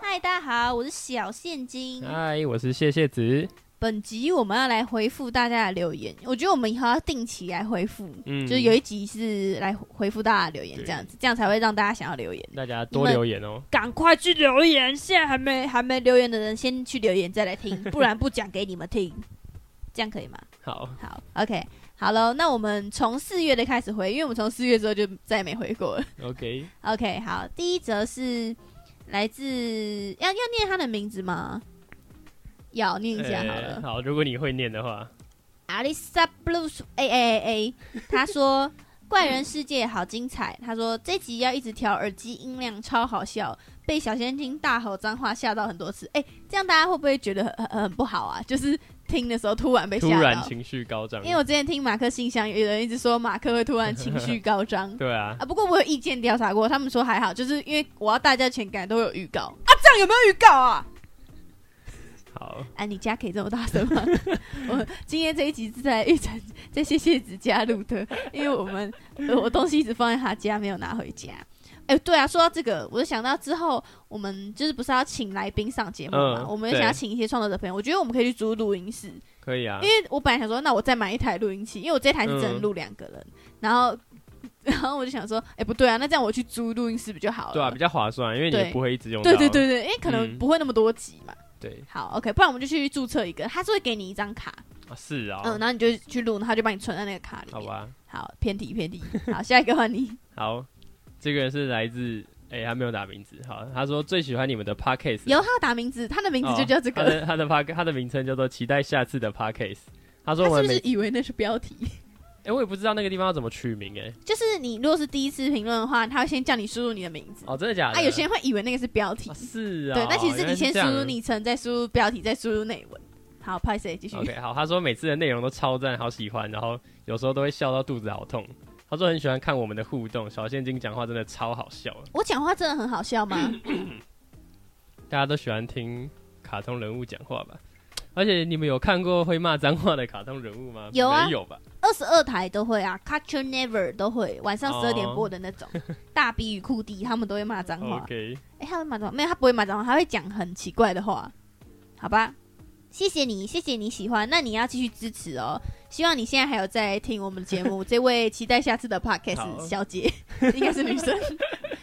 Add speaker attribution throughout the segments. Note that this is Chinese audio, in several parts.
Speaker 1: 嗨，大家好，我是小现金。
Speaker 2: 嗨，我是谢谢子。
Speaker 1: 本集我们要来回复大家的留言，我觉得我们以后要定期来回复，
Speaker 2: 嗯
Speaker 1: 就是有一集是来回复大家的留言，
Speaker 2: 对
Speaker 1: 这样子，这样才会让大家想要留言。
Speaker 2: 大家多留言哦。
Speaker 1: 赶快去留言，现在还没还没留言的人，先去留言再来 听，不然不讲给你们听，这样可以吗？
Speaker 2: 好，
Speaker 1: 好，OK，好喽，那我们从四月的开始回，因为我们从四月之后就再也没回过了。
Speaker 2: OK，
Speaker 1: OK，好，第一则是来自要要念他的名字吗？要念一下好了
Speaker 2: 呃。好，如果你会念的话，哎
Speaker 1: 阿丽莎 blues 哎 a a a，他说怪人世界好精彩。他说这集要一直调耳机音量，超好笑，被小仙精大吼脏话吓到很多次。哎、这样大家会不会觉得很很很不好啊？就是听的时候突然被
Speaker 2: 突
Speaker 1: 吓
Speaker 2: 然
Speaker 1: 到。
Speaker 2: 情绪高涨，
Speaker 1: 因为我之前听马克信箱，有人一直说马克会突然情绪高涨
Speaker 2: 对啊，
Speaker 1: 啊。不过我有意见调查过，他们说还好，就是因为我要大家全感都有预告啊。这样有没有预告啊？
Speaker 2: 好，
Speaker 1: 哎、你家可以这么大 声吗？我今天这一集是在玉成在谢谢子家录的，因为我们呃我东西一直放在他家，没有拿回家。哎、对啊，说到这个，我就想到之后我们就是不是要请来宾上节目嘛？
Speaker 2: 嗯
Speaker 1: 我们就
Speaker 2: 对
Speaker 1: 想要请一些创作者朋友，我觉得我们可以去租录音室，
Speaker 2: 可以啊
Speaker 1: 因。为我本来想说，那我再买一台录音器，因为我这台是只能录两个人，然后 然后我就想说，哎、不对啊，那这样我去租录音室不就好了？
Speaker 2: 对啊，比较划算，因为你
Speaker 1: 对
Speaker 2: 也不会一直用到。
Speaker 1: 对对对对，因为可能
Speaker 2: 嗯
Speaker 1: 不会那么多集嘛。
Speaker 2: 对
Speaker 1: 好，OK，不然我们就去注册一个，他是会给你一张卡，
Speaker 2: 啊，是啊，
Speaker 1: 嗯，然后你就去录，然后他就帮你存在那个卡里
Speaker 2: 好
Speaker 1: 面。
Speaker 2: 吧，
Speaker 1: 好偏题偏题。 好，下一个换你。
Speaker 2: 好，这个人是来自，哎，他没有打名字，好，他说最喜欢你们的 Podcast，
Speaker 1: 有他要打名字，他的名字就叫这个。
Speaker 2: 哦他的他的 Pod，他的名称叫做期待下次的 Podcast。他说
Speaker 1: 他
Speaker 2: 我
Speaker 1: 是不是
Speaker 2: 们每，
Speaker 1: 以为那是标 题？
Speaker 2: 哎，我也不知道那个地方要怎么取名，哎，
Speaker 1: 就是你如果是第一次评论的话，他会先叫你输入你的名字。
Speaker 2: 哦，真的假的？
Speaker 1: 啊，有些人会以为那个是标题
Speaker 2: 啊。是啊，
Speaker 1: 对，那其实
Speaker 2: 原
Speaker 1: 你
Speaker 2: 来
Speaker 1: 先
Speaker 2: 这样
Speaker 1: 输入昵称，再输入标题，再输入内文。好，拍谁继续。
Speaker 2: OK，好，他 说每次的内容都超赞，好喜欢，然后有时候都会笑到肚子好痛。他说很喜欢看我们的互动，小现金讲话真的超好笑，
Speaker 1: 我讲话真的很好笑吗？
Speaker 2: 大家都喜欢听卡通人物讲话吧？而且你们有看过会骂脏话的卡通人物吗？
Speaker 1: 有啊
Speaker 2: 没有吧？
Speaker 1: 二十二台都会啊，Culture Never 都会，晚上十二点
Speaker 2: 哦
Speaker 1: 播的那种。 大 B 与库迪他们都会骂脏话。
Speaker 2: OK，
Speaker 1: 哎、他会骂脏话？没有，他不会骂脏话，他会讲很奇怪的话。好吧，谢谢你，谢谢你喜欢，那你要继续支持哦。希望你现在还有在听我们的节 目，这位期待下次的 podcast
Speaker 2: 好
Speaker 1: 小姐 应该是女 生。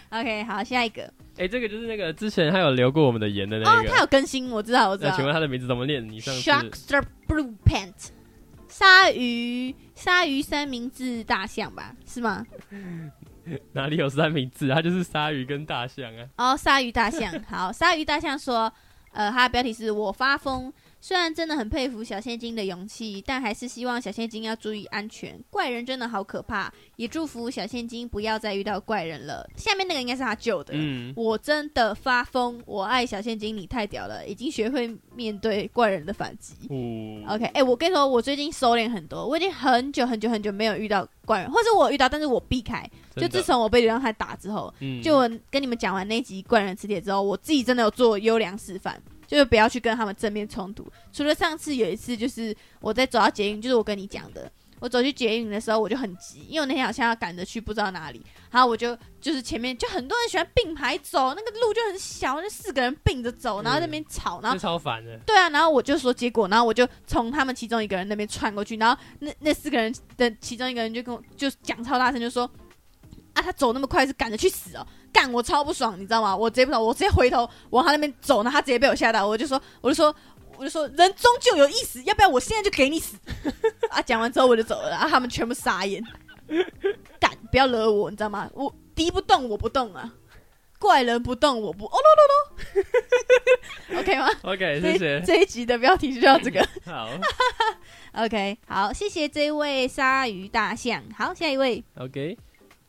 Speaker 1: OK，好，下一个
Speaker 2: 哎、这个就是那个之前他有留过我们的言的
Speaker 1: 哦
Speaker 2: 那，个。
Speaker 1: 他有更新，我知道，我知
Speaker 2: 那
Speaker 1: 道。
Speaker 2: 请问他的名字怎么念？你上次
Speaker 1: Shark Star Blue Pant，鲨鱼，鲨鱼三明治大象吧，是吗？
Speaker 2: 哪里有三明治？他就是鲨鱼跟大象啊。
Speaker 1: 哦，鲨鱼大象，好，鲨鱼大象说，呃，它的标题是我发疯。虽然真的很佩服小现金的勇气，但还是希望小现金要注意安全。怪人真的好可怕，也祝福小现金不要再遇到怪人了。下面那个应该是他救的。
Speaker 2: 嗯，
Speaker 1: 我真的发疯，我爱小现金，你太屌了，已经学会面对怪人的反击。
Speaker 2: 五
Speaker 1: OK，哎、我跟你说，我最近收敛很多，我已经很久很久很久没有遇到怪人，或者我有遇到，但是我避开。就自从我被流浪汉打之后，
Speaker 2: 嗯
Speaker 1: 就我跟你们讲完那集《怪人磁铁》之后，我自己真的有做优良示范，就是不要去跟他们正面冲突。除了上次有一次，就是我在走到捷运，就是我跟你讲的，我走去捷运的时候我就很急，因为我那天好像要赶着去不知道哪里，然后我就就是前面就很多人喜欢并排走，那个路就很小，就四个人并着走，然后在那边吵，然后
Speaker 2: 这超烦的。
Speaker 1: 对啊，然后我就说结果，然后我就从他们其中一个人那边窜过去，然后那那四个人的其中一个人就跟我就讲超大声，就说啊，他走那么快是赶着去死哦，干我超不爽，你知道吗？我直接不爽，我直接回头往他那边走，然后他直接被我吓到，我就说我就说我就说人终究有意思，要不要我现在就给你死 啊？讲完之后我就走了，然啊后他们全部傻眼，干不要惹我，你知道吗？我敌不动我不动啊，怪人不动我不哦喽喽喽，OK 吗？
Speaker 2: OK，
Speaker 1: 所以
Speaker 2: 谢谢。
Speaker 1: 这一集的标题就叫这个。
Speaker 2: 好
Speaker 1: OK，好，谢谢这位鲨鱼大象。好，下一位，
Speaker 2: ，OK，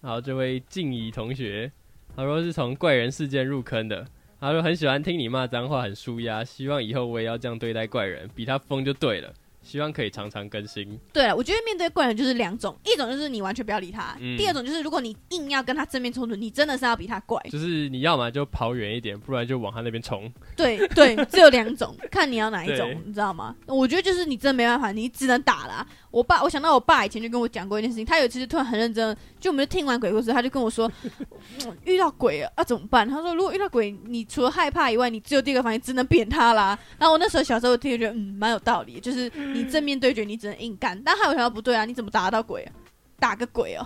Speaker 2: 好，这位静怡同学，他说是从怪人事件入坑的。他说很喜欢听你骂脏话，很舒压，希望以后我也要这样对待怪人，比他疯就对了。希望可以常常更新。
Speaker 1: 对啊了，我觉得面对怪人就是两种，一种就是你完全不要理他，
Speaker 2: 嗯
Speaker 1: 第二种就是如果你硬要跟他正面冲突，你真的是要比他怪。
Speaker 2: 就是你要么就跑远一点，不然就往他那边冲。
Speaker 1: 对对，只有两种，看你要哪一
Speaker 2: 对
Speaker 1: 种，你知道吗？我觉得就是你真的没办法，你只能打啦。我爸，我想到我爸以前就跟我讲过一件事情，他有一次就突然很认真地，就我们就听完鬼故事，他就跟我说，嗯遇到鬼啊怎么办？他说如果遇到鬼，你除了害怕以外，你只有第二个反应，只能扁他啦。然后我那时候小时候听就觉得嗯蛮有道理，就是你正面对决，你只能硬干。但还有想到不对啊，你怎么打得到鬼啊？打个鬼哦、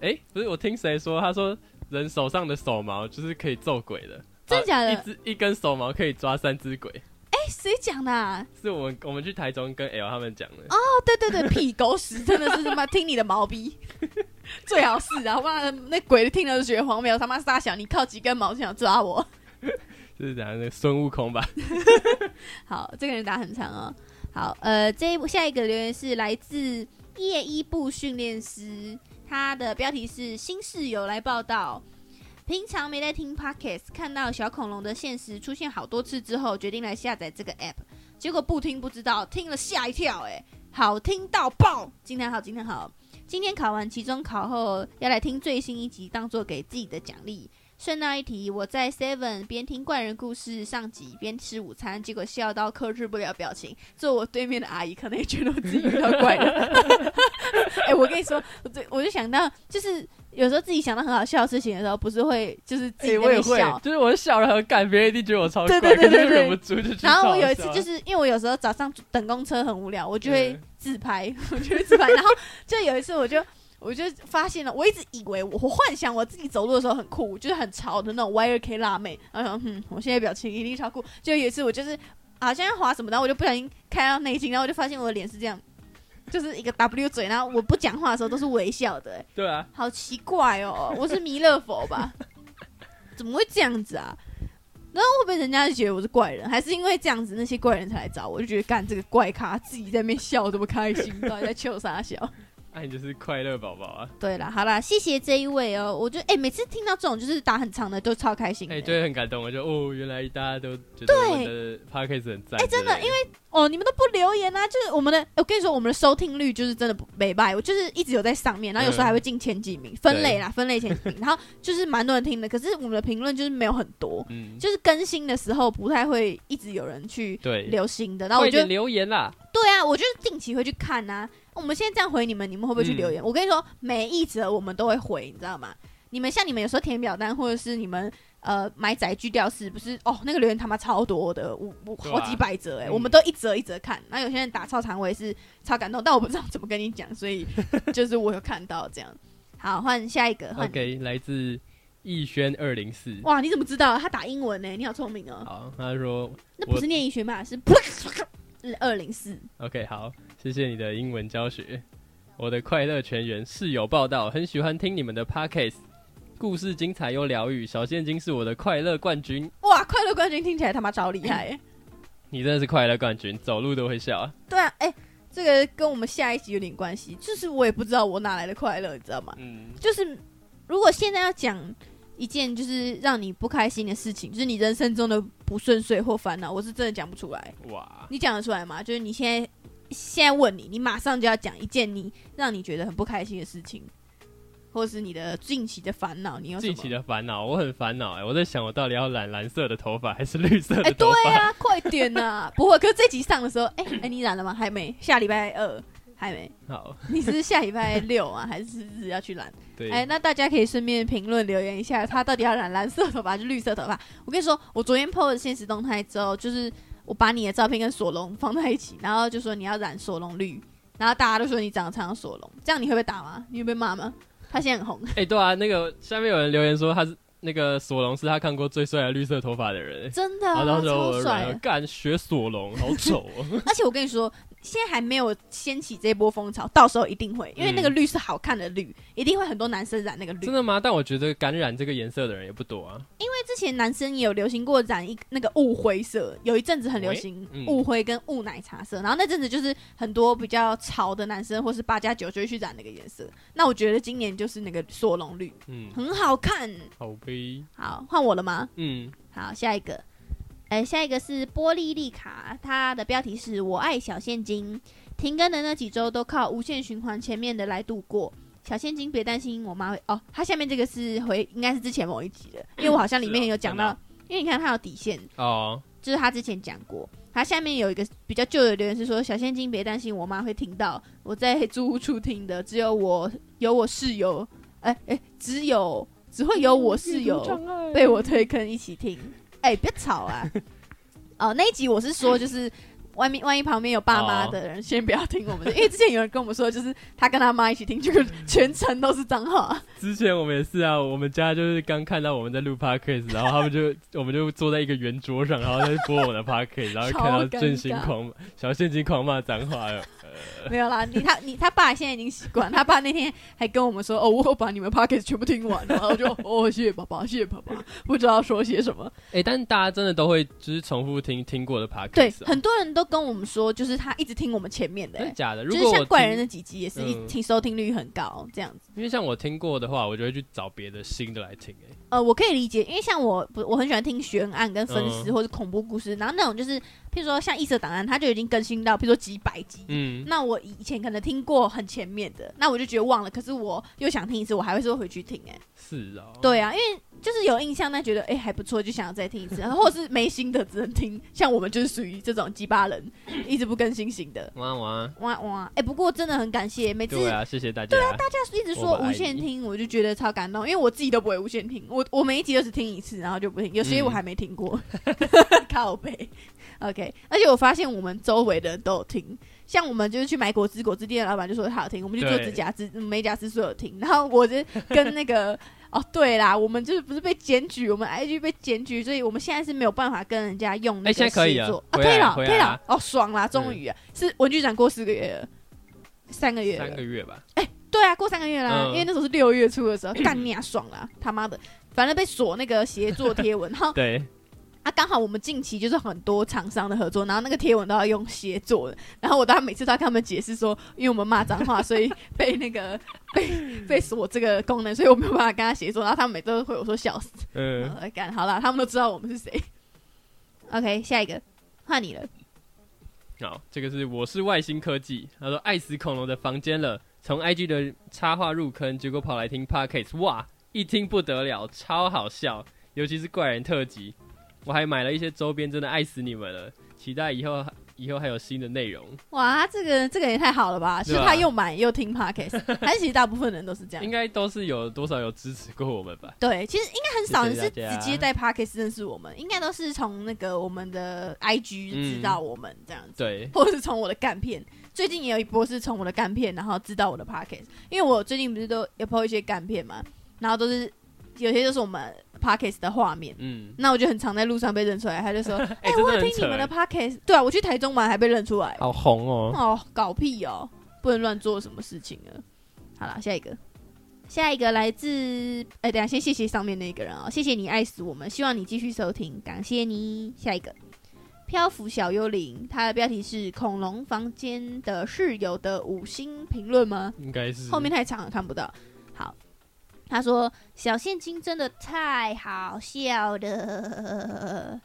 Speaker 2: 哎、不是，我听谁说？他说人手上的手毛就是可以揍鬼的，
Speaker 1: 真的假的
Speaker 2: 啊一只一根手毛可以抓三只鬼，
Speaker 1: 哎，谁讲的、啊？
Speaker 2: 是我们我们去台中跟 L 他们讲的。
Speaker 1: 哦，对对对，屁狗屎，真的是他妈听你的毛逼，最好是啊，不然那鬼听了就觉得荒谬，他妈傻小，你靠几根毛就想抓我？
Speaker 2: 就是讲那个孙悟空吧，
Speaker 1: 好，这个人打很长哦。好，呃，这一下一个留言是来自夜一部训练师，他的标题是新室友来报道。平常没在听 podcast，看到小恐龙的现实出现好多次之后，决定来下载这个 app。结果不听不知道，听了吓一跳、欸，好听到爆！今天好，今天好，今天考完期中考后要来听最新一集，当做给自己的奖励。顺道一提，我在 Seven 边听怪人故事上集边吃午餐，结果笑到克制不了表情。坐我对面的阿姨可能也觉得我自己遇到怪人。 哎、我跟你说，我对我就想到，就是有时候自己想到很好笑的事情的时候，不是会就是自己在那
Speaker 2: 哎我也
Speaker 1: 边
Speaker 2: 会
Speaker 1: 笑，，
Speaker 2: 就是我笑然后干，别人一定觉得我超怪，
Speaker 1: 对对对对
Speaker 2: 可是
Speaker 1: 对
Speaker 2: 忍不住就去
Speaker 1: 然后我
Speaker 2: 嘲
Speaker 1: 有一次
Speaker 2: 笑
Speaker 1: 就是因为我有时候早上等公车很无聊，我就会
Speaker 2: 嗯
Speaker 1: 自拍， 我就会自拍。然后就有一次我就我就发现了，我一直以为我我幻想我自己走路的时候很酷，就是很潮的那种 Y 二 K 辣妹。然后想嗯，我现在表情一定超酷。就有一次我就是好像要滑什么，然后我就不小心开到内镜，然后我就发现我的脸是这样。就是一个 W 嘴，然后我不讲话的时候都是微笑的、哎
Speaker 2: 对啊，
Speaker 1: 好奇怪哦！ 我是弥勒佛吧？ 怎么会这样子啊？然后会不会人家就觉得我是怪人？还是因为这样子那些怪人才来找我？就觉得干这个怪咖自己在那边笑这么开心，到底在求啥笑？
Speaker 2: 那、啊你就是快乐宝宝啊，
Speaker 1: 对啦，好啦，谢谢这一位哦。我觉得哎、每次听到这种就是打很长的都超开心的、
Speaker 2: 哎、就会很感动，我就哦，原来大家都觉得我的 podcast 很赞，哎、
Speaker 1: 真的
Speaker 2: 因为
Speaker 1: 哦，你们都不留言啊？就是我们的，哎我跟你说，我们的收听率就是真的不没败，我就是一直有在上面，然后有时候还会进前几名、分类啦，分类前几名，然后就是蛮多人听的，可是我们的评论就是没有很多，
Speaker 2: 嗯，
Speaker 1: 就是更新的时候不太会一直有人去
Speaker 2: 对，
Speaker 1: 留新的，然后
Speaker 2: 快
Speaker 1: 我
Speaker 2: 一
Speaker 1: 就
Speaker 2: 点留言啦，
Speaker 1: 对啊，我就是定期会去看啊。我们现在这样回你们，你们会不
Speaker 2: 嗯
Speaker 1: 会去留言？我跟你说，每一则我们都会回，你知道吗？你们像你们有时候填表单，或者是你们呃买载具吊饰，不是哦那个留言他妈超多的，五五
Speaker 2: 对啊
Speaker 1: 好几百则哎、
Speaker 2: 嗯
Speaker 1: 我们都一则一则看。那有些人打超长，我也是超感动，但我不知道怎么跟你讲，所 以就是我有看到这样。好，换下一个，换你
Speaker 2: OK，来自逸轩二零四。
Speaker 1: 哇，你怎么知道？他打英文呢、你好聪明哦。
Speaker 2: 好，他说
Speaker 1: 那
Speaker 2: 我
Speaker 1: 不是念医学嘛，是 二零四。
Speaker 2: OK，好，谢谢你的英文教学。我的快乐全员室友报道，很喜欢听你们的 podcast，故事精彩又疗愈。小现金是我的快乐冠军，
Speaker 1: 哇，快乐冠军听起来他妈超厉害耶、
Speaker 2: 你真的是快乐冠军，走路都会笑啊。
Speaker 1: 对啊，哎、这个跟我们下一集有点关系，就是我也不知道我哪来的快乐，你知道吗？
Speaker 2: 嗯，
Speaker 1: 就是如果现在要讲一件就是让你不开心的事情，就是你人生中的不顺遂或烦恼，我是真的讲不出来。
Speaker 2: 哇，
Speaker 1: 你讲得出来吗？就是你现在现在问你，你马上就要讲一件你让你觉得很不开心的事情，或是你的近期的烦恼，你有什
Speaker 2: 近
Speaker 1: 么？
Speaker 2: 期的烦恼，我很烦恼哎，我在想我到底要染蓝色的头发还是绿色
Speaker 1: 哎、
Speaker 2: 的头
Speaker 1: 对
Speaker 2: 发？
Speaker 1: 啊，快点呐、不会，可是这集上的时候，哎、哎、你染了吗？还没，下礼拜二还没。
Speaker 2: 好，
Speaker 1: 你是下礼拜六啊，还是日要去染？
Speaker 2: 对，
Speaker 1: 哎、那大家可以顺便评论留言一下，他到底要染蓝色头发还是绿色头发？我跟你说，我昨天 PO 了现实动态之后，就是我把你的照片跟索隆放在一起，然后就说你要染索隆绿，然后大家都说你长得超像索隆，这样你会被打吗？你会被骂吗？他现在 很红，
Speaker 2: 哎、对啊，那个下面有人留言说他是那个索隆是他看过最帅的绿色头发的人。
Speaker 1: 真的、
Speaker 2: 然后
Speaker 1: 啊，
Speaker 2: 当哦时我
Speaker 1: 超
Speaker 2: 的
Speaker 1: 帅
Speaker 2: 软
Speaker 1: 的
Speaker 2: 了，。干学索隆，好丑 哦！
Speaker 1: 而且我跟你说，现在还没有掀起这波风潮，到时候一定会，因为那个
Speaker 2: 嗯
Speaker 1: 绿是好看的绿，一定会很多男生染那个绿
Speaker 2: 真。的吗？但我觉得感染这个颜色的人也不多啊。
Speaker 1: 之前男生也有流行过染一那个雾灰色，有一阵子很流行
Speaker 2: 喂嗯
Speaker 1: 雾灰跟雾奶茶色，然后那阵子就是很多比较潮的男生或是八加九就会去染那个颜色。那我觉得今年就是那个索隆绿，
Speaker 2: 嗯，
Speaker 1: 很好看。
Speaker 2: 好呗。
Speaker 1: 好，换我了吗？
Speaker 2: 嗯，
Speaker 1: 好，下一个，呃哎、下一个是波利利卡，它的标题是我爱小现金。停更的那几周都靠无限循环前面的来度过。小现金，别担心，我妈会哦。他下面这个是回，应该是之前某一集的，因为我好像里面有讲
Speaker 2: 是
Speaker 1: 到，
Speaker 2: 啊
Speaker 1: 因为你看他有底线，
Speaker 2: 哦，
Speaker 1: 就是他之前讲过。他下面有一个比较旧的留言是说：“小现金，别担心，我妈会听到，我在租屋处听的，只有我有我室友，哎、哎、只有只会有我室友被我推坑一起听。 哎、别吵 啊！哦，那一集我是说，就是外面万一旁边有爸妈的人，先不要听我们的， 因为之前有人跟我们说，就是他跟他妈一起听， 就是全程都是脏话。
Speaker 2: 之前我们也是啊，我们家就是刚看到我们在录 podcast，然后他们就 我们就坐在一个圆桌上，然后在播我们的 podcast，然后看到
Speaker 1: 超尴尬
Speaker 2: 振兴狂小现金狂骂脏话了。
Speaker 1: 没有啦，你他你他爸现在已经习惯，他爸那天还跟我们说，哦，我把你们 p o c k e t 全部听完了，然后我 就哦，谢谢爸爸，谢谢爸爸，不知道说些什么。
Speaker 2: 哎、但大家真的都会就是重复听听过的 podcast，、啊、
Speaker 1: 对，很多人都跟我们说，就是他一直听我们前面的、
Speaker 2: 真的
Speaker 1: 欸，
Speaker 2: 假的？
Speaker 1: 就
Speaker 2: 如
Speaker 1: 是
Speaker 2: 果
Speaker 1: 像
Speaker 2: 我
Speaker 1: 怪
Speaker 2: 听
Speaker 1: 人那几集也是一
Speaker 2: 嗯
Speaker 1: 听收听率很高这样子。
Speaker 2: 因为像我听过的话，我就会去找别的新的来听、哎，
Speaker 1: 呃，我可以理解，因为像我不我很喜欢听悬案跟分尸
Speaker 2: 嗯
Speaker 1: 或者恐怖故事，然后那种就是譬如说像《异色档案》，它就已经更新到譬如说几百集。
Speaker 2: 嗯，
Speaker 1: 那我以前可能听过很前面的，那我就觉得忘了，可是我又想听一次，我还会说回去听、欸。哎，
Speaker 2: 是哦，
Speaker 1: 对啊，因为就是有印象，但觉得哎、欸还不错，就想要再听一次，然后或者是没新的只能听。像我们就是属于这种鸡巴人，一直不更新新的。
Speaker 2: 哇哇，
Speaker 1: 哇哇！哎、不过真的很感谢，每次
Speaker 2: 对啊，谢谢大家，
Speaker 1: 一直
Speaker 2: 我
Speaker 1: 说
Speaker 2: 们
Speaker 1: 无
Speaker 2: 爱
Speaker 1: 限
Speaker 2: 你
Speaker 1: 听，我就觉得超感动，因为我自己都不会无限听，我我每一集都只听一次，然后就不听，有些
Speaker 2: 嗯
Speaker 1: 我还没听 过，靠背。OK，而且我发现我们周围的人都有听，像我们就是去买果汁，果汁店的老板就说他有听，我们去做
Speaker 2: 对
Speaker 1: 指甲师、嗯美甲师说有听，然后我就跟那 个哦对啦，我们就是不是被检举，我们 IG 被检举，所以我们现在是没有办法跟人家用那个
Speaker 2: 哎现在可以
Speaker 1: 试
Speaker 2: 啊
Speaker 1: 做啊，
Speaker 2: 回
Speaker 1: 可以
Speaker 2: 来
Speaker 1: 了，可
Speaker 2: 回
Speaker 1: 以
Speaker 2: 来
Speaker 1: 了
Speaker 2: 啊，
Speaker 1: 哦爽啦，终
Speaker 2: 嗯
Speaker 1: 于啊、是文具展过四个月了，三个月了
Speaker 2: 三个月吧，
Speaker 1: 对啊，过三个月啦，
Speaker 2: 嗯
Speaker 1: 因为那时候是六月初的时候， 干你啊爽啦，他妈的，反正被锁那个协作贴文，然后
Speaker 2: 对，
Speaker 1: 啊刚好我们近期就是很多厂商的合作，然后那个贴文都要用协作的，然后我当然每次都要跟他们解释说，因为我们骂脏话，所以被那个 被被锁这个功能，所以我没有办法跟他协作，然后他们每次都会我说笑死，
Speaker 2: 嗯，
Speaker 1: 呃干、好啦，他们都知道我们是谁。OK，下一个换你了，
Speaker 2: 好，这个是我是外星科技，他说爱死恐龙的房间了，从 IG 的插画入坑，结果跑来听 podcast，哇，一听不得了，超好笑，尤其是怪人特辑，我还买了一些周边，真的爱死你们了，期待以后以后还有新的内容，
Speaker 1: 哇，这个这个也太好了吧，是
Speaker 2: 对啊
Speaker 1: 他又买又听 podcast，但其实大部分人都是这样
Speaker 2: 应。该都是有多少有支持过我们吧。
Speaker 1: 对，其实应该很少人
Speaker 2: 谢谢
Speaker 1: 是
Speaker 2: 大家
Speaker 1: 直接在 Parkes 认识我们，应该都是从那个我们的 IG
Speaker 2: 嗯
Speaker 1: 知道我们这样子，
Speaker 2: 对，
Speaker 1: 或者是从我的干片。最近也有一波是从我的干片，然后知道我的 Parkes，因为我最近不是都有 po 一些干片嘛，然后都是有些就是我们 Parkes 的画面。
Speaker 2: 嗯，：“
Speaker 1: 那我就很常在路上被认出来，他就说
Speaker 2: 哎、真
Speaker 1: 我
Speaker 2: 的
Speaker 1: 有
Speaker 2: 很
Speaker 1: 听你
Speaker 2: 扯
Speaker 1: 们的
Speaker 2: 欸，
Speaker 1: podcast，对啊，我去台中玩还被认出来，
Speaker 2: 好红哦。
Speaker 1: 哦，搞屁哦，不能乱做什么事情了。好了，下一个，下一个来自哎、等一下先谢谢上面那个人哦，谢谢你爱死我们，希望你继续收听，感谢你。下一个，漂浮小幽灵，它的标题是《恐龙房间的室友的五星评论》吗？
Speaker 2: 应该是
Speaker 1: 后面太长了看不到。好，他说小现金真的太好笑了，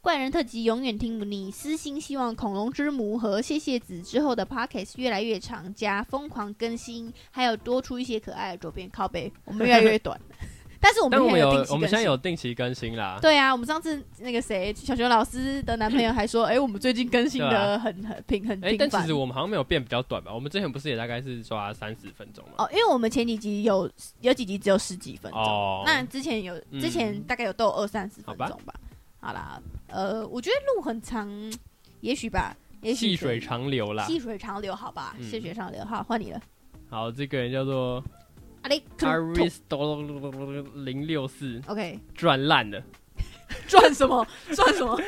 Speaker 1: 怪人特辑永远听不腻。私心希望恐龙之母和谢谢子之后的 pockets 越来越长，加疯狂更新，还有多出一些可爱的周边靠背，我们越来越短。 但是我们
Speaker 2: 但我们
Speaker 1: 现在
Speaker 2: 有
Speaker 1: 有定期
Speaker 2: 我
Speaker 1: 更新。
Speaker 2: 们现在有定期更新啦。
Speaker 1: 对啊，我们上次那个谁，小熊老师的男朋友还说，哎、我们最近更新
Speaker 2: 对啊
Speaker 1: 的很很频很
Speaker 2: 哎、
Speaker 1: 频
Speaker 2: 但其
Speaker 1: 繁
Speaker 2: 实。我们好像没有变比较短吧？我们之前不是也大概是抓三十分钟嘛？
Speaker 1: 哦，因为我们前几集有有几集只有十几分钟，
Speaker 2: 哦
Speaker 1: 那之前有
Speaker 2: 嗯
Speaker 1: 之前大概有都有二三十
Speaker 2: 好
Speaker 1: 分
Speaker 2: 吧
Speaker 1: 钟吧。好啦，呃，我觉得路很长，也许吧，也许
Speaker 2: 细水长流啦。
Speaker 1: 细水长流，好吧，
Speaker 2: 嗯
Speaker 1: 细水长流，好，换你了。
Speaker 2: 好，这个人 叫做
Speaker 1: 阿里
Speaker 2: Aristo 零六四，
Speaker 1: ，OK，
Speaker 2: 赚烂了。
Speaker 1: 赚什么？赚什么？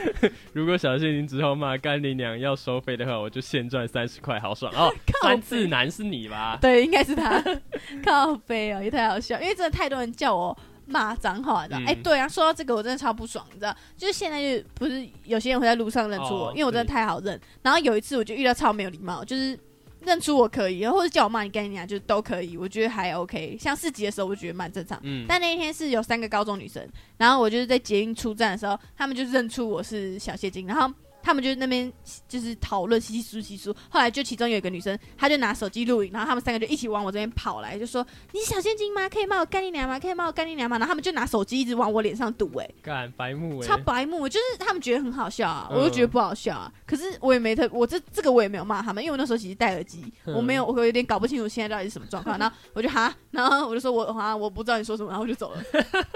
Speaker 2: 如果小谢您之后骂干你娘要收费的话，我就现赚三十块，好爽哦！
Speaker 1: 靠
Speaker 2: 三
Speaker 1: 背
Speaker 2: 次男是你吧？
Speaker 1: 对，应该是他。 靠背哦，也太好笑，因为真的太多人叫我骂脏话，你知道？
Speaker 2: 嗯
Speaker 1: 哎、对啊，说到这个，我真的超不爽，你知道？就是现在就不是有些人会在路上认出我，
Speaker 2: 哦
Speaker 1: 因为我真的太好认。然后有一次我就遇到超没有礼貌，就是。认出我可以，或者叫我骂你干你娘，啊就都可以，我觉得还 OK。像四级的时候，我觉得蛮正常。
Speaker 2: 嗯，
Speaker 1: 但那一天是有三个高中女生，然后我就是在捷运出站的时候，她们就认出我是小谢金，然后他们就那边就是讨论稀稀疏稀疏。后来就其中有一个女生，她就拿手机录影，然后他们三个就一起往我这边跑来，就说：“你小陷阱吗？可以骂我干你娘吗？可以骂我干你娘吗？”然后他们就拿手机一直往我脸上堵、欸，
Speaker 2: 干白目哎、
Speaker 1: 超白目，就是他们觉得很好笑啊，
Speaker 2: 嗯
Speaker 1: 我就觉得不好笑啊。可是我也没特，我这这个我也没有骂他们，因为我那时候其实戴耳机，
Speaker 2: 嗯
Speaker 1: 我没有，我有点搞不清楚现在到底是什么状况。然后我就哈，然后我就说我哈，我不知道你说什么，然后我就走了。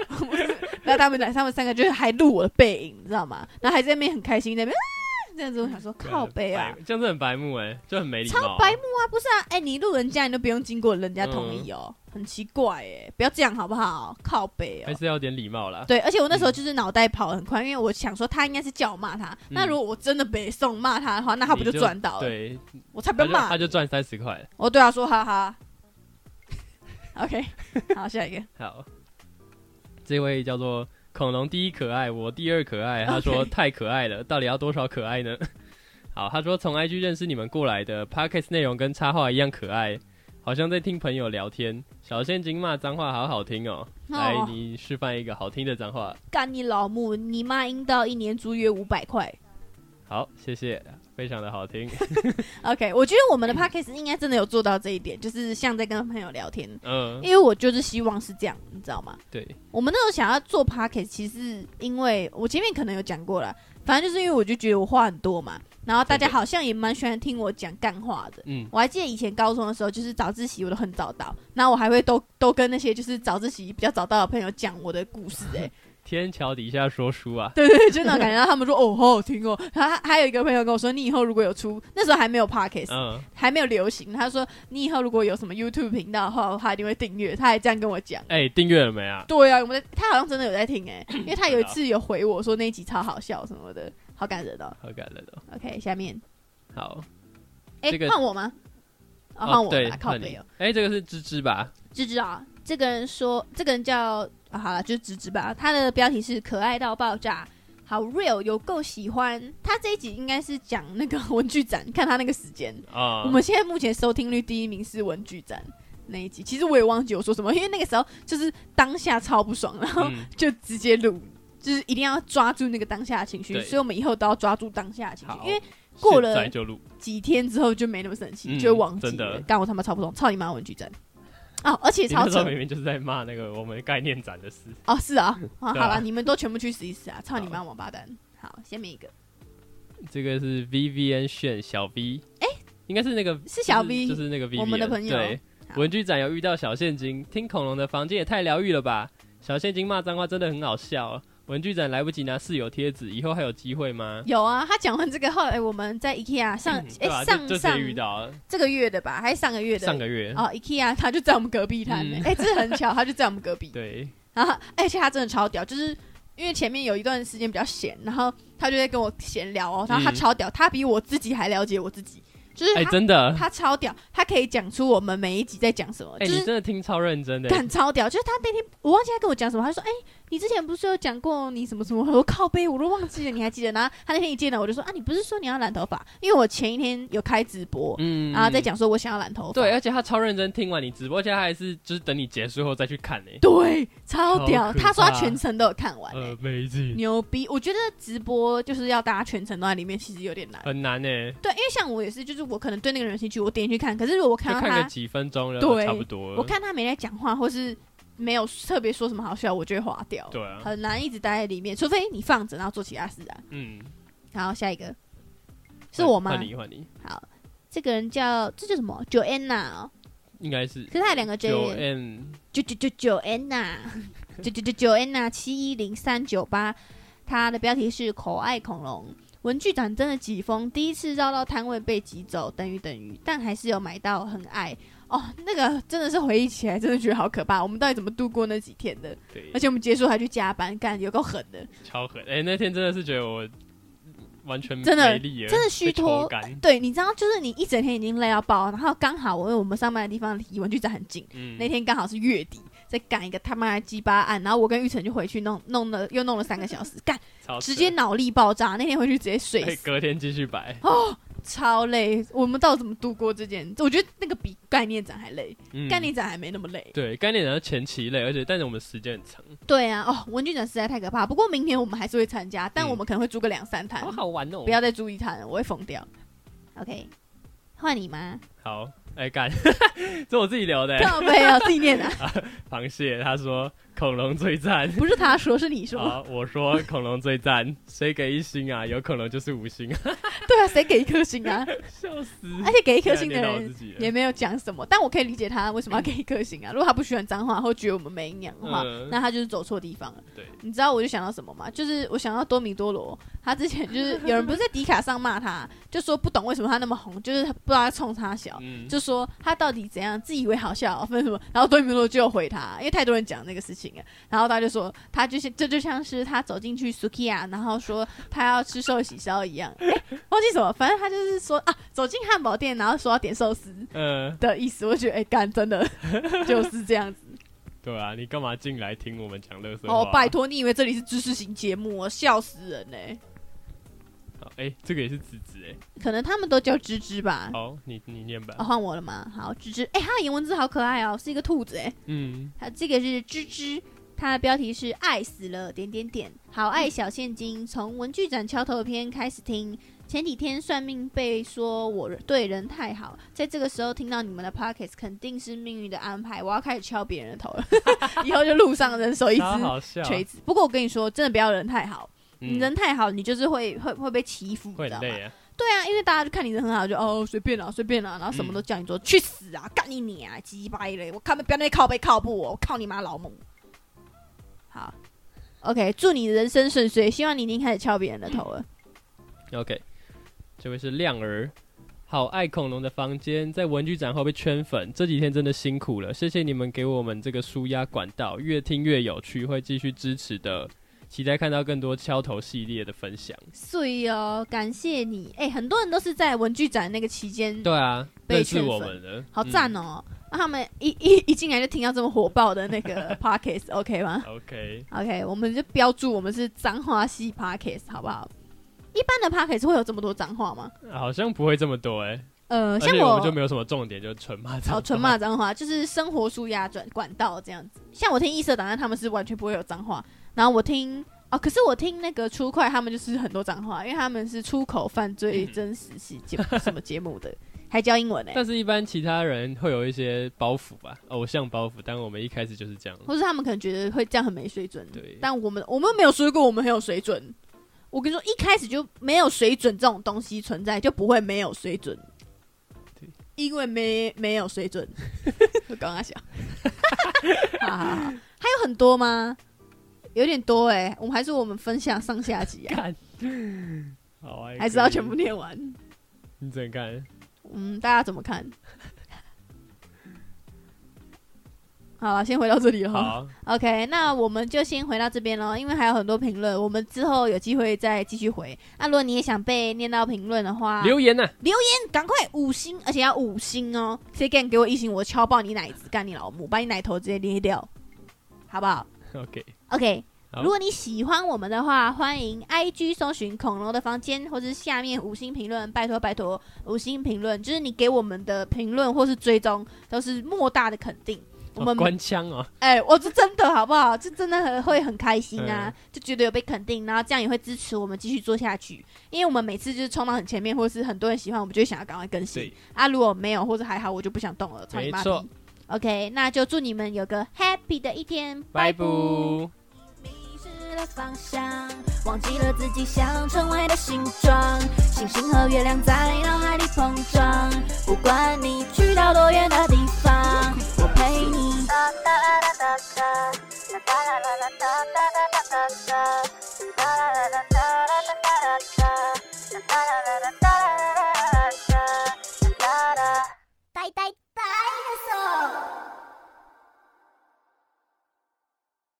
Speaker 1: 然后他们来，他们三个就是还录我的背影，你知道吗？然后还在那边很开心，在那边、啊、这样子，我想说
Speaker 2: 干
Speaker 1: 靠背啊
Speaker 2: 白，这样子很白目哎、就很没礼貌、
Speaker 1: 超白目啊，不是啊，哎、你录人家，你都不用经过人家同
Speaker 2: 嗯
Speaker 1: 意哦，很奇怪哎、不要这样好不好？靠背哦
Speaker 2: 还。是要有点礼貌啦。
Speaker 1: 对，而且我那时候就是脑袋跑得很快，因为我想说他应该是叫我骂他。
Speaker 2: 嗯
Speaker 1: 那如果我真的北宋骂他的话，那他不
Speaker 2: 你就
Speaker 1: 赚到了？
Speaker 2: 对，
Speaker 1: 我才不
Speaker 2: 他
Speaker 1: 要
Speaker 2: 就
Speaker 1: 骂
Speaker 2: 他。就赚三十块。
Speaker 1: 我对他说哈哈。OK，好， 下一个。
Speaker 2: 好，这位叫做恐龙第一可爱，我第二可爱。他说
Speaker 1: OK
Speaker 2: 太可爱了，到底要多少可爱呢？ 好，他说从 IG 认识你们过来的 p o d c a s t 内容跟插画一样可爱，好像在听朋友聊天。小陷阱骂脏话好好听哦， 来
Speaker 1: 哦，
Speaker 2: 你示范一个好听的脏话。
Speaker 1: 干你老母！你妈阴道一年租约五百块。
Speaker 2: 好，谢谢，非常的好听。
Speaker 1: OK，我觉得我
Speaker 2: 嗯
Speaker 1: 们的 podcast 应该真的有做到这一点，就是像在跟朋友聊天，
Speaker 2: 嗯，
Speaker 1: 因为我就是希望是这样，你知道吗？
Speaker 2: 对，
Speaker 1: 我们那时候想要做 p o c k e t 其实因为我前面可能有讲过了，反正就是因为我就觉得我话很多嘛，然后大家好像也蛮喜欢听我讲干话的。
Speaker 2: 嗯，
Speaker 1: 我还记得以前高中的时候，就是早自习我都很早到，然后我还会都都跟那些就是早自习比较早到的朋友讲我的故事、欸，
Speaker 2: 天桥底下说 书啊，
Speaker 1: 对对对，就那种感觉。然后他们说哦，好好听哦。然后还还有一个朋友跟我说，你以后如果有出，那时候还没有 p o c k e t
Speaker 2: 嗯，
Speaker 1: 还没有流行，他说你以后如果有什么 YouTube 频道的话，他一定会订阅。他还这样跟我讲。
Speaker 2: 哎、订阅了没啊？
Speaker 1: 对啊，我们在他好像真的有在听哎、因为他有一次有回我说那一集超好笑什么的，好感人哦。
Speaker 2: 好感人哦。
Speaker 1: OK，下面
Speaker 2: 好，
Speaker 1: 哎，
Speaker 2: 这个
Speaker 1: 换、我吗？啊、换、
Speaker 2: 哦
Speaker 1: 我
Speaker 2: 对，
Speaker 1: 啦，靠
Speaker 2: 换
Speaker 1: 背
Speaker 2: 你
Speaker 1: 哦。。
Speaker 2: 哎、这个是芝芝吧？
Speaker 1: 芝芝啊，这个人说，这个人叫啊，好了，就芝芝吧。他的标题是可爱到爆炸，好 real，有够喜欢。他这一集应该是讲那个文具展， 看他那个时间。
Speaker 2: 啊、
Speaker 1: 我们现在目前收听率第一名是文具展那一集，其实我也忘记我说什么，因为那个时候就是当下超不爽，然后
Speaker 2: 嗯
Speaker 1: 就直接录，就是一定要抓住那个当下的情绪，
Speaker 2: 对
Speaker 1: 所以我们以后都要抓住当下的情绪
Speaker 2: 好，
Speaker 1: 因为过了
Speaker 2: 现在就录，
Speaker 1: 几天之后就没那么生气，
Speaker 2: 嗯
Speaker 1: 就会忘记
Speaker 2: 真
Speaker 1: 了
Speaker 2: 的。
Speaker 1: 干我他妈超不懂，操你妈文具站！哦，而且
Speaker 2: 你
Speaker 1: 超
Speaker 2: 那时
Speaker 1: 扯
Speaker 2: 候明明就是在骂那个我们概念展的事。
Speaker 1: 哦，是啊，啊好
Speaker 2: 对啊
Speaker 1: 了，你们都全部去死一死啊！操你妈王八蛋！好，下面一个
Speaker 2: 这个是 Vivian 炫小 V，哎、应该是那个
Speaker 1: 是小 V，
Speaker 2: 就是就是那个 Vivian，
Speaker 1: 我们的朋友
Speaker 2: 对，
Speaker 1: 好
Speaker 2: 文具展有遇到小现金，听恐龙的房间也太疗愈了吧！小现金骂脏话真的很好笑、哦。文具展来不及拿室友贴纸，以后还有机会吗？
Speaker 1: 有啊，他讲完这个后，哎，我们在 IKEA 上，哎、
Speaker 2: 对啊，就
Speaker 1: 上
Speaker 2: 就直接
Speaker 1: 上
Speaker 2: 遇到了
Speaker 1: 这个月的吧，还是上个月的？
Speaker 2: 上个月，
Speaker 1: 哦，IKEA 他就在我们隔壁摊、
Speaker 2: 嗯
Speaker 1: 哎、这很巧，他就在我们隔壁。
Speaker 2: 对，
Speaker 1: 然后而且他真的超屌，就是因为前面有一段时间比较闲，然后他就在跟我闲聊哦，然后他
Speaker 2: 嗯
Speaker 1: 超屌，他比我自己还了解我自己，就是他、
Speaker 2: 哎、真的，
Speaker 1: 他超屌，他可以讲出我们每一集在讲什么，
Speaker 2: 哎、
Speaker 1: 就
Speaker 2: 你
Speaker 1: 是。
Speaker 2: 真的欸听超认真的，
Speaker 1: 干超屌，就是他那天我忘记他跟我讲什么，他就说：“哎、你之前不是有讲过你什么什么？”我说：“靠背，我都忘记了，你还记得？”然后他那天一见到我就说：“啊，你不是说你要染头发？因为我前一天有开直播，
Speaker 2: 嗯
Speaker 1: 然后啊在。讲说我想要染头发。”
Speaker 2: 对，而且他超认真听完你直播，而且他还是就是等你结束后再去看呢、
Speaker 1: 对，超屌！
Speaker 2: 超可
Speaker 1: 他说他
Speaker 2: 怕
Speaker 1: 全程都有看完、哎
Speaker 2: 呃，没劲，
Speaker 1: 牛逼！我觉得直播就是要大家全程都在里面，其实有点难。
Speaker 2: 很难呢、欸
Speaker 1: 对，因为像我也是，就是我可能对那个人有兴趣，我点进去看，可是如果我
Speaker 2: 就
Speaker 1: 看到
Speaker 2: 看个
Speaker 1: 他，
Speaker 2: 几分钟了，
Speaker 1: 对
Speaker 2: 差不多了。
Speaker 1: 我看他没在讲话，或是没有特别说什么好笑，我就会划掉。
Speaker 2: 对啊，
Speaker 1: 很难一直待在里面，除非你放着，然后做其他事啊。
Speaker 2: 嗯，
Speaker 1: 好，下一个是我吗
Speaker 2: 换？你换你，
Speaker 1: 好，这个人叫这叫什么？九 N 娜哦，
Speaker 2: 应该是
Speaker 1: 可是他有两个 J，
Speaker 2: 九 M
Speaker 1: 九九九九 N 呐，九九九九 N 呐，七一零三九八，它的标题是“口爱恐龙”。文具展真的几疯，第一次绕到摊位被挤走，等于等于，但还是有买到，很爱哦。那个真的是回忆起来，真的觉得好可怕。我们到底怎么度过那几天的？
Speaker 2: 对
Speaker 1: 而，且我们结束还去加班，干有够狠的，
Speaker 2: 超狠。哎、那天真的是觉得我完全
Speaker 1: 真的
Speaker 2: 没力了，
Speaker 1: 真的虚脱哎
Speaker 2: 被抽干。
Speaker 1: 对，你知道，就是你一整天已经累到爆，然后刚好我因为我们上班的地方离文具展很近，
Speaker 2: 嗯，
Speaker 1: 那天刚好是月底，在赶一个他妈的鸡巴案，然后我跟玉成就回去弄弄了，又弄了三个小时，干
Speaker 2: 超扯
Speaker 1: 直接脑力爆炸。那天回去直接睡
Speaker 2: 哎
Speaker 1: 死，
Speaker 2: 隔天继续摆，
Speaker 1: 超累。我们到底怎么度过这件？我觉得那个比概念展还累，
Speaker 2: 嗯
Speaker 1: 概念展还没那么累。
Speaker 2: 对概念展的前期累，而且但是我们时间很长，
Speaker 1: 对啊，哦，文具展实在太可怕。不过明年我们还是会参加，但
Speaker 2: 嗯
Speaker 1: 我们可能会租个两三摊
Speaker 2: 好，好玩哦。
Speaker 1: 啊不要再租一摊了，我会疯掉。OK，换你吗？
Speaker 2: 好，哎、干， 这我自己留的、欸
Speaker 1: 靠背啊，自己 念的，
Speaker 2: 螃蟹他说恐龙最赞，
Speaker 1: 不是他说，是你说。
Speaker 2: 好，我说恐龙最赞，谁给一星啊？有恐龙就是五星啊，,
Speaker 1: 对啊，谁给一颗星啊？
Speaker 2: 笑死！
Speaker 1: 而且给一颗
Speaker 2: 现
Speaker 1: 星的
Speaker 2: 在念到我
Speaker 1: 人
Speaker 2: 自己了
Speaker 1: 也没有讲什么，但我可以理解他为什么要给一颗星啊。 如果他不喜欢脏话，或觉得我们没营养的话，
Speaker 2: 嗯
Speaker 1: 那他就是走错地方了。
Speaker 2: 对，
Speaker 1: 你知道我就想到什么吗？就是我想到多米多罗，他之前就是有人不是在迪卡上骂他，就说不懂为什么他那么红，就是不知道他冲他笑。
Speaker 2: 嗯，
Speaker 1: 就说他到底怎样，自以为好笑、分什么，然后多米多罗就有回他，因为太多人讲那个事情了，然后他就说他就是这就像是他走进去 Sukiya，然后说他要吃寿喜烧一样，哎，忘记什么，反正他就是说啊，走进汉堡店，然后说要点寿司
Speaker 2: 呃，
Speaker 1: 的意思，我觉得哎干真 的就是这样子
Speaker 2: 对啊，你干嘛进来听我们讲乐色话？
Speaker 1: 哦，拜托，你以为这里是知识型节目、哦，笑死人嘞、
Speaker 2: 好，哎、这个也是子子哎，
Speaker 1: 可能他们都叫芝芝吧。
Speaker 2: 好，你你念吧
Speaker 1: 哦，，换我了吗？好，芝芝，哎、他的颜文字好可爱哦，是一个兔子哎、
Speaker 2: 嗯，
Speaker 1: 它这个是芝芝，它的标题是“爱死了”点点点，好爱小现金。从文具展敲头篇开始听，前几天算命被说我对人太好，在这个时候听到你们的 pockets，肯定是命运的安排。我要开始敲别人的头了， 以后就路上人手一只
Speaker 2: 超好笑，
Speaker 1: 锤子。不过我跟你说，真的不要人太好，你
Speaker 2: 啊嗯
Speaker 1: 人太好，你就是会会会被欺负，你
Speaker 2: 会
Speaker 1: 知道
Speaker 2: 很
Speaker 1: 吗？
Speaker 2: 累嗯啊，
Speaker 1: 对啊，因为大家就看你人很好，就哦随便啦、随便啦、然后什么都叫你做，去死啊，干你你啊，鸡掰嘞！我看不要那边靠背靠步我，我靠你妈老母！好，OK，祝你人生顺遂，希望你已经开始敲别人的头
Speaker 2: 嗯
Speaker 1: 了。
Speaker 2: OK，这位是亮儿，好爱恐龙的房间，在文具展后被圈粉，这几天真的辛苦了，谢谢你们给我们这个舒压管道，越听越有趣，会继续支持的，期待看到更多敲头系列的分享。
Speaker 1: 碎、哦，感谢你！哎、很多人都是在文具展那个期间，
Speaker 2: 对嗯啊，
Speaker 1: 嗯被
Speaker 2: 认识
Speaker 1: 圈
Speaker 2: 我
Speaker 1: 粉
Speaker 2: 们的，
Speaker 1: 好赞哦！那、他们一一一进来就听到这么火爆的那 个 podcast，OK、吗？
Speaker 2: 嗯 OK，
Speaker 1: OK，我们就标注我们是脏话系 podcast，好不好？一般的 podcast 会有这么多脏话吗？
Speaker 2: 好像不会这么多哎、
Speaker 1: 呃，
Speaker 2: 而
Speaker 1: 像
Speaker 2: 且我们就没有什么重点，就是纯骂脏话
Speaker 1: 哦，纯骂脏话，就是生活舒压转管道这样子。像我听异色档案，他们是完全不会有脏话，然后我听哦，可是我听那个出快，他们就是很多脏话，因为他们是出口犯罪
Speaker 2: 嗯
Speaker 1: 真实系节目、 什么节目的，还教英文呢、
Speaker 2: 但是，一般其他人会有一些包袱吧，偶像包袱。但我们一开始就是这样，
Speaker 1: 或是他们可能觉得会这样很没水准
Speaker 2: 对，
Speaker 1: 但我们我们没有说过我们很有水准。我跟你说，一开始就没有水准这种东西存在，就不会没有水准
Speaker 2: 对，
Speaker 1: 因为没没有水 准。我刚刚想，好好好，还有很多吗？有点多哎、我们还是我们分享上下集 啊，
Speaker 2: 看，好啊，
Speaker 1: 还是要全部念完。
Speaker 2: 你怎看？
Speaker 1: 嗯，大家怎么看？ 好了，先回到这里了。
Speaker 2: 好，
Speaker 1: OK，那我们就先回到这边喽，因为还有很多评论，我们之后有机会再继续回。那、如果你也想被念到评论的话，
Speaker 2: 留言呐、啊
Speaker 1: 赶快五星，而且要五星哦！谁敢给我一星，我敲爆你奶子，干你老母，把你奶头直接捏掉，好不好
Speaker 2: OK，
Speaker 1: ？OK，
Speaker 2: 好
Speaker 1: 如果你喜欢我们的话，欢迎 IG 搜寻“恐龙的房间”或是下面五星评论，拜托拜托，五星评论就是你给我们的评论或是追踪都是莫大的肯定。我
Speaker 2: 哦
Speaker 1: 们
Speaker 2: 官腔哦，
Speaker 1: 哎、我是真的好不好？这真的很会很开心啊，
Speaker 2: 嗯
Speaker 1: 就觉得有被肯定，然后这样也会支持我们继续做下去。因为我们每次就是冲到很前面，或者是很多人喜欢，我们就会想要赶快更新
Speaker 2: 对。
Speaker 1: 啊，如果没有或者还好，我就不想动了。操你妈逼
Speaker 2: 没错
Speaker 1: ！OK，那就祝你们有个 happy 的一天，
Speaker 2: 拜
Speaker 1: 拜
Speaker 2: 拜。
Speaker 3: 迷失了方向，忘记了自己想成为的形状。星星和月亮在脑海里碰撞，不管你去到多远的地方，我陪你。哒哒哒哒哒哒哒哒哒哒哒哒哒哒